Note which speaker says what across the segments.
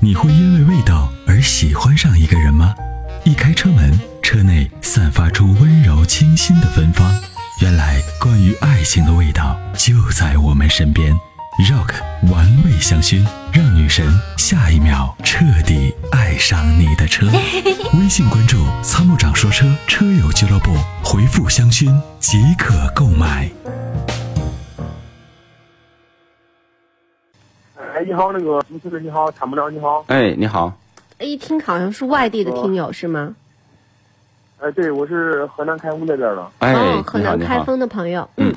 Speaker 1: 你会因为味道而喜欢上一个人吗？一开车门，车内散发出温柔清新的芬芳。原来，关于爱情的味道就在我们身边。Rock 玩味香薰，让女神下一秒彻底爱上你的车。微信关注“参谋长说车”车友俱乐部，回复“香薰”即可购买。
Speaker 2: 哎，你好，那个主持人你好，参谋长你好。
Speaker 3: 哎，你好，
Speaker 4: 一听好像是外地
Speaker 3: 哦
Speaker 4: 的听友是吗？
Speaker 2: 哎，对，我是河南开封那边的。
Speaker 3: 哎，
Speaker 4: 哦，河
Speaker 3: 你好，
Speaker 4: 南
Speaker 3: 你
Speaker 4: 开
Speaker 3: 好，
Speaker 4: 封的朋友，
Speaker 3: 嗯
Speaker 4: 嗯，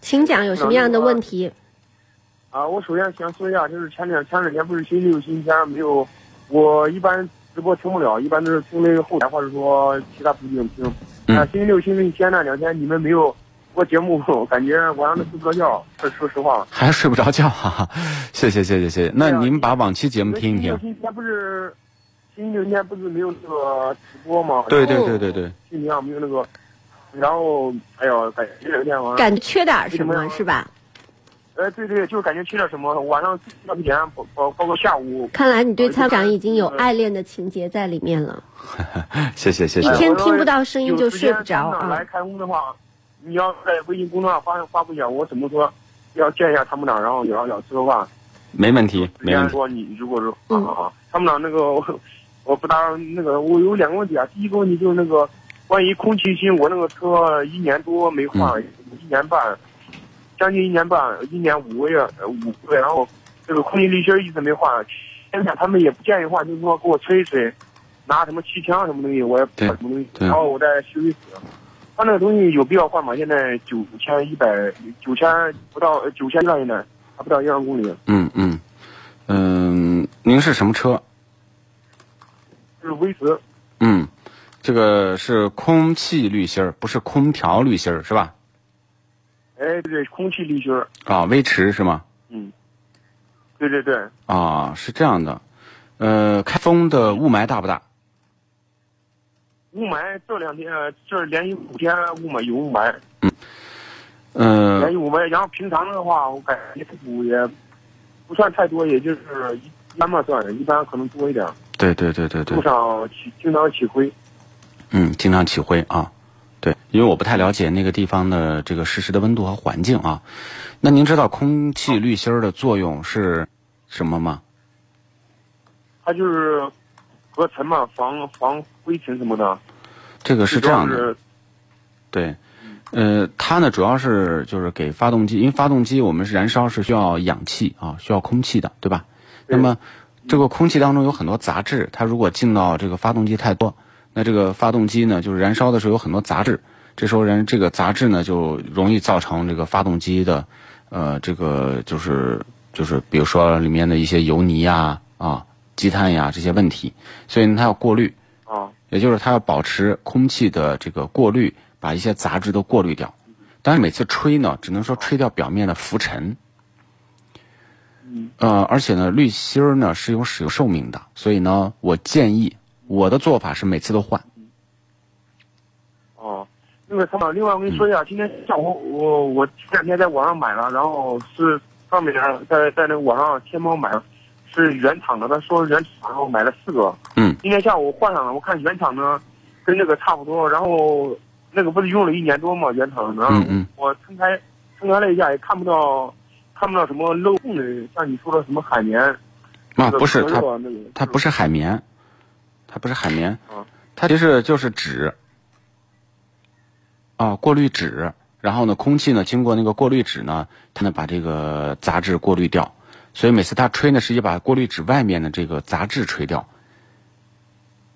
Speaker 4: 请讲有什么样的问题？
Speaker 2: 啊，我首先想说一下，就是前两前两天不是星期六、星期天没有，我一般直播听不了，一般都是从那个后台或者说其他途径听。
Speaker 3: 嗯
Speaker 2: 啊，星期六、星期天那两天你们没有播节目，我感觉我让他睡不着觉。说说实话，
Speaker 3: 还睡不着觉，哈哈， 谢谢谢谢谢谢。那
Speaker 2: 对啊
Speaker 3: 你们把往期节目听
Speaker 2: 星
Speaker 3: 一
Speaker 2: 期六、
Speaker 3: 听。
Speaker 2: 星期天不是星期六、星期天不是没有那个直播吗？
Speaker 3: 对对对
Speaker 4: 哦
Speaker 3: 对对，
Speaker 2: 星期天没有那个，然后哎呀，感觉这两天晚上。
Speaker 4: 感觉缺点儿什
Speaker 2: 什
Speaker 4: 么
Speaker 2: 么
Speaker 4: 是吧？
Speaker 2: 哎，对对，就是感觉缺点什么，晚上睡不前，包包包括下午，
Speaker 4: 看来你对参谋长已经有爱恋的情节在里面了。
Speaker 3: 谢谢谢
Speaker 4: 一
Speaker 3: 谢。
Speaker 2: 呃
Speaker 4: 天听不到声音就睡不着啊
Speaker 2: 有时间来开工的话，你要在微信公众号发发布一下，我怎么说要见一下参谋长，然后聊一聊吃个饭。
Speaker 3: 没问题，
Speaker 2: 虽
Speaker 3: 没问
Speaker 2: 然
Speaker 3: 题。
Speaker 2: 说你如果说
Speaker 4: 嗯
Speaker 2: 啊啊，啊参谋长那个 我我不打扰那个，我有两个问题啊。第一个问题就是那个关于空气清，我那个车一年多没换，一年半，
Speaker 3: 嗯
Speaker 2: 将近一年半，一年五个月呃五个月，然后这个空气滤芯一直没换。现在他们也不建议换，就是说给我吹一吹，拿什么气枪什么东西，我也不知道
Speaker 3: 对
Speaker 2: 什么东西，
Speaker 3: 对
Speaker 2: 然后我再修一次。他那个东西有必要换吗？现在九千一百，九千不到呃九千上现在还不到一万公里。
Speaker 3: 嗯嗯嗯，您是什么车？
Speaker 2: 就是威驰，
Speaker 3: 嗯，这个是空气滤芯儿，不是空调滤芯儿，是吧？
Speaker 2: 哎，对对，空气滤芯儿，
Speaker 3: 啊，威驰是吗？
Speaker 2: 对对对，
Speaker 3: 啊，是这样的。呃，开封的雾霾大不大？
Speaker 2: 雾霾这两天呃这连续五天雾霾有雾霾，
Speaker 3: 呃
Speaker 2: 连，续雾霾。然后平常的话，我感觉雾也不算太多，也就是一一般吧算，一般可能多一点。
Speaker 3: 对对对对对
Speaker 2: 路。上起经常起灰，
Speaker 3: 嗯，经常起灰啊。对，因为我不太了解那个地方的这个实时的温度和环境啊。那您知道空气滤芯儿的作用是什么吗？
Speaker 2: 它就是隔尘嘛，防防灰尘什么的。
Speaker 3: 这个是这样
Speaker 2: 主
Speaker 3: 的，
Speaker 2: 要是
Speaker 3: 对，呃，它呢主要是就是给发动机，因为发动机我们是燃烧是需要氧气啊，需要空气的，对吧？
Speaker 2: 对
Speaker 3: 那么这个空气当中有很多杂质，它如果进到这个发动机太多，那这个发动机呢就是燃烧的时候有很多杂质，这时候人这个杂质呢就容易造成这个发动机的，呃，这个就是就是比如说里面的一些油泥呀啊、积碳呀这些问题，所以呢它要过滤。
Speaker 2: 啊，
Speaker 3: 也就是它要保持空气的这个过滤，把一些杂质都过滤掉。但是每次吹呢，只能说吹掉表面的浮尘。
Speaker 2: 嗯，
Speaker 3: 呃，而且呢，滤芯儿呢是有使用寿命的，所以呢，我建议我的做法是每次都换。
Speaker 2: 哦，那个参谋长，另外我跟你说一下，今天下午我我前两天在网上买了，然后是上面在在那个网上天猫买了，是原厂的，他说原厂，然后买了四个。
Speaker 3: 嗯，
Speaker 2: 今天下午换上了，我看原厂呢跟那个差不多，然后那个不是用了一年多嘛，原厂的，然后
Speaker 3: 嗯嗯
Speaker 2: 我撑开撑开了一下，也看不到看不到什么漏洞的，像你说的什么海绵
Speaker 3: 啊，不是，它
Speaker 2: 它那个
Speaker 3: 它不是海绵，它不是海绵
Speaker 2: 啊，
Speaker 3: 它其实就是纸，啊，过滤纸。然后呢，空气呢经过那个过滤纸呢，它呢把这个杂质过滤掉。所以每次它吹呢，实际把过滤纸外面的这个杂质吹掉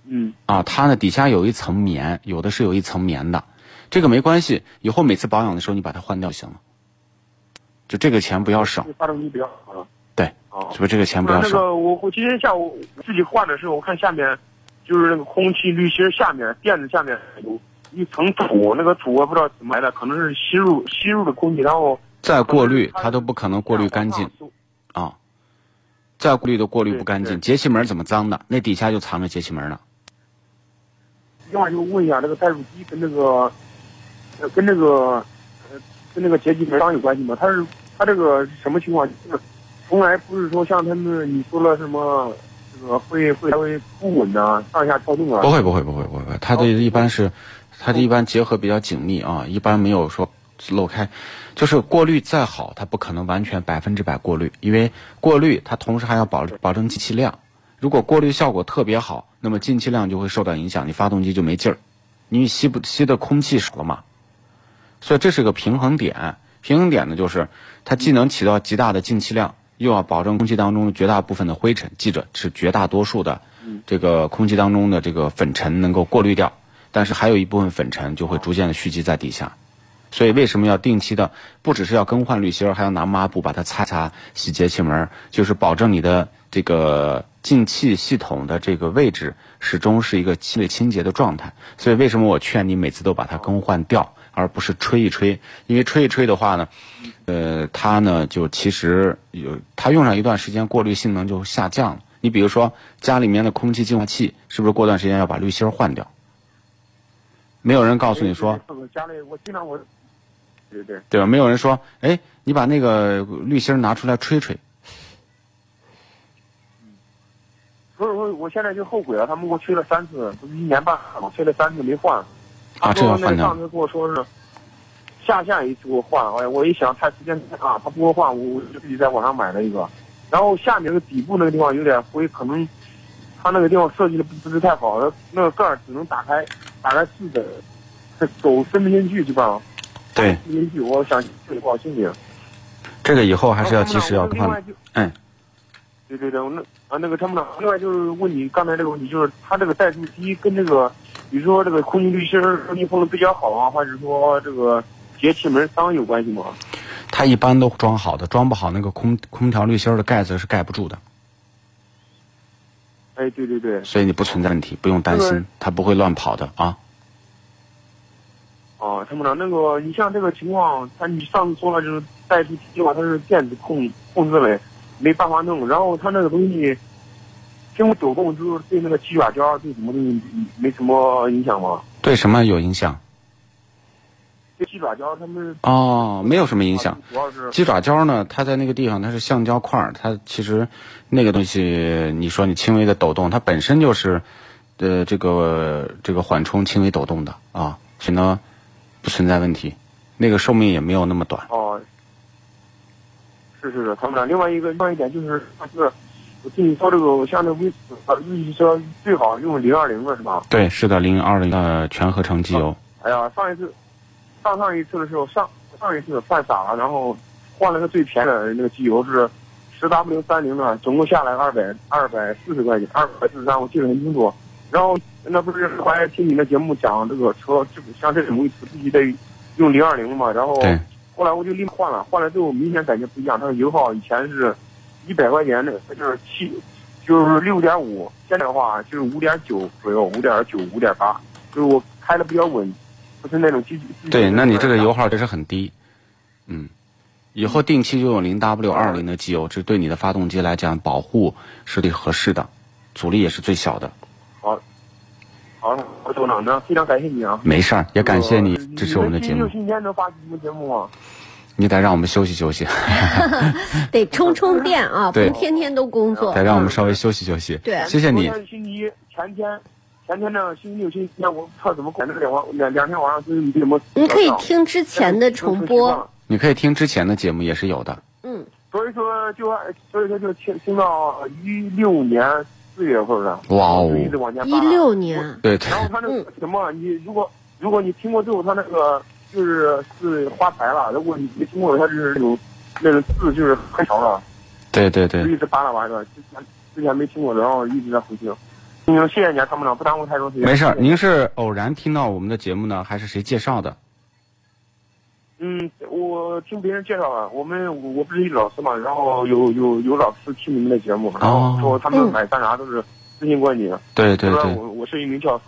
Speaker 2: 嗯
Speaker 3: 啊。它呢底下有一层棉，有的是有一层棉的，这个没关系，以后每次保养的时候你把它换掉就行了。就这个钱不要省，
Speaker 2: 发动机比较好了。
Speaker 3: 对，
Speaker 2: 哦
Speaker 3: 是。不是这个钱
Speaker 2: 不
Speaker 3: 不
Speaker 2: 是哦那
Speaker 3: 要省？
Speaker 2: 个，我我今天下午自己换的时候，我看下面就是那个空气滤芯下面垫子下面有一层土，那个土我不知道怎么来的，可能是吸入吸入的空气，然后
Speaker 3: 再过滤它都不可能过滤干净。。啊，再过滤都过滤不干
Speaker 2: 对
Speaker 3: 净，节气门怎么脏的？那底下就藏着节气门呢。
Speaker 2: 另外就问一下，那个带路机跟那个呃跟那个呃跟那个节气门章有关系吗？它是它这个是什么情况？就是从来不是说像他们你说了什么，这个会会会不稳呐、上下跳动啊
Speaker 3: 不，会不会不会不会，
Speaker 2: 哦
Speaker 3: 它的一般是，它的一般结合比较紧密啊，一般没有说漏开，就是过滤再好，它不可能完全百分之百过滤，因为过滤它同时还要保保证进气量。如果过滤效果特别好，那么进气量就会受到影响，你发动机就没劲儿，你吸不吸的空气少了嘛，所以这是个平衡点。平衡点呢，就是它既能起到极大的进气量，又要保证空气当中的绝大部分的灰尘，记着是绝大多数的这个空气当中的这个粉尘能够过滤掉，但是还有一部分粉尘就会逐渐的蓄积在底下。所以为什么要定期的，不只是要更换滤芯儿，还要拿抹布把它擦擦，洗节气门儿，就是保证你的这个进气系统的这个位置始终是一个清理清洁的状态。所以为什么我劝你每次都把它更换掉，而不是吹一吹，因为吹一吹的话呢，呃，它呢就其实有它用上一段时间，过滤性能就下降了。你比如说家里面的空气净化器，是不是过段时间要把滤芯儿换掉？没有人告诉你说，
Speaker 2: 这个家里我经常我，对对，
Speaker 3: 对吧？没有人说，哎，你把那个滤芯儿拿出来吹吹。
Speaker 2: 所以说我现在就后悔了，他们给我吹了三次，不是一年半了吗，我吹了三次没换。
Speaker 3: 啊这
Speaker 2: 他
Speaker 3: 要
Speaker 2: 说
Speaker 3: 换
Speaker 2: 那
Speaker 3: 掉
Speaker 2: 上次跟我说是下下一次给我换，哎，我一想太时间太长，他不给我换，我我就自己在网上买了一个。然后下面那个底部那个地方有点灰，可能他那个地方设计的不不是太好，那个盖儿只能打开，打开四 的，这狗伸不进去，基本上
Speaker 3: 对，
Speaker 2: 伸不进去。我想这里不好清理。
Speaker 3: 这个以后还是
Speaker 2: 哦
Speaker 3: 要及时要更
Speaker 2: 另外
Speaker 3: 换。
Speaker 2: 就
Speaker 3: 嗯，
Speaker 2: 对对对，我那啊那个参谋长，另外就是问你刚才这个问题，就是它这个怠速机跟这个，比如说这个空气滤芯儿密封的比较好啊，还是说这个节气门脏有关系吗？
Speaker 3: 它一般都装好的，装不好那个空空调滤芯儿的盖子是盖不住的，
Speaker 2: 哎，对对对，
Speaker 3: 所以你不存在问题，不用担
Speaker 2: 这
Speaker 3: 心
Speaker 2: 个，
Speaker 3: 它不会乱跑的啊。
Speaker 2: 啊，参谋长，那个你像这个情况，他你上次说了，就是怠速机嘛，它是电子控控制的，没办法弄，然后它那个东西。经过手动之后，对那个起软件儿对什么东西没什么影响吗？
Speaker 3: 对什么有影响？
Speaker 2: 对起软件儿他们
Speaker 3: 哦，没有什么影响。，
Speaker 2: 主要是
Speaker 3: 鸡爪胶呢，它在那个地方它是橡胶块儿，它其实那个东西，你说你轻微的抖动，它本身就是，呃，这个这个缓冲轻微抖动的啊，所以呢不存在问题，那个寿命也没有那么短。
Speaker 2: 哦，是是是，参谋长。另外一个，另外一点就是，就是我听你说这个，像这微啊，日车最好用零二零了是吧？
Speaker 3: 对，是的，零二零的全合成机油。
Speaker 2: 哎呀，上一次，上上一次的时候，上上一次犯傻了，然后换了个最便宜的那个机油是十 W 三零的，总共下来二百二百四十块钱，二百四十三，我记得很清楚。然后那不是后来听你的节目讲这个车，这个像这种东西必须得用零二零嘛，然后。
Speaker 3: 对，
Speaker 2: 后来我就立马换了，换了之后明显感觉不一样。它的油耗以前是一百块钱的，就是七，就是六点五，现在的话就是五点九左右，五点九、五点八，就是我开的比较稳，不是那种积极。
Speaker 3: 对，那你这个油耗确实很低，嗯，以后定期就用零 W 二零的机油，这对你的发动机来讲保护是最合适的，阻力也是最小的。
Speaker 2: 好，我董事长，那非常感谢你啊！
Speaker 3: 没事儿，也感谢你
Speaker 2: 呃
Speaker 3: 支持我们的节目
Speaker 2: 你。星期六、星期天能发什么节目吗？
Speaker 3: 你得让我们休息休息，
Speaker 4: 得充充电啊，
Speaker 3: 对
Speaker 4: 不天天都工 作
Speaker 3: 得。让我们稍微休息休息。
Speaker 4: 嗯对
Speaker 3: 谢谢你
Speaker 2: 昨。天星期一前天，前天呢，星期六、星期天，我不知道怎么管这两晚两两天晚上，就是你怎么？
Speaker 4: 你可以听之前的重播，。
Speaker 3: 你可以听之前的节目也是有的。
Speaker 4: 嗯，
Speaker 2: 所以说就按所以说就听听到一六年四月份的，
Speaker 3: 哇哦
Speaker 2: 就一直往前
Speaker 4: 一
Speaker 2: 扒。
Speaker 4: 六年，嗯
Speaker 3: 对对
Speaker 2: 然后他那个什么，你如果如果你听过之后，他那个就是是花牌了；如果你没听过，他就是那种那种字就是很少了，
Speaker 3: 对对
Speaker 2: 就
Speaker 4: 嗯
Speaker 3: 对，
Speaker 2: 一直扒拉完了。之前之前没听过的，然后一直在回听。嗯，谢谢你啊，参谋长，不耽误太多时间。
Speaker 3: 没事儿。您是偶然听到我们的节目呢，还是谁介绍的？
Speaker 2: 嗯，我听别人介绍了，我们我我不是一老师嘛，然后有有有老师听你们的节目，然
Speaker 3: 哦
Speaker 2: 后说他
Speaker 4: 嗯
Speaker 2: 们买干啥都是咨询过你。
Speaker 3: 对对
Speaker 2: 虽然
Speaker 3: 对。
Speaker 2: 我我是一名教师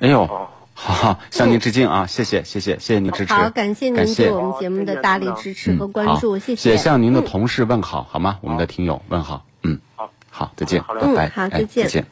Speaker 3: 哎呦，
Speaker 4: 哦
Speaker 2: 啊。
Speaker 3: 好好向您致敬啊！谢谢谢谢谢谢您支持。
Speaker 4: 嗯好，感谢您
Speaker 3: 感谢嗯
Speaker 4: 对我们节目的大力支持和关
Speaker 3: 嗯
Speaker 4: 注，
Speaker 3: 好
Speaker 4: 谢谢。
Speaker 3: 也向您的
Speaker 4: 嗯
Speaker 3: 同事问好，好吗？我们的听友问好，嗯，
Speaker 2: 好，
Speaker 3: 好，再见，
Speaker 2: 好嘞
Speaker 3: 拜拜，
Speaker 4: 嗯好
Speaker 3: 哎
Speaker 4: 再见
Speaker 3: 再见。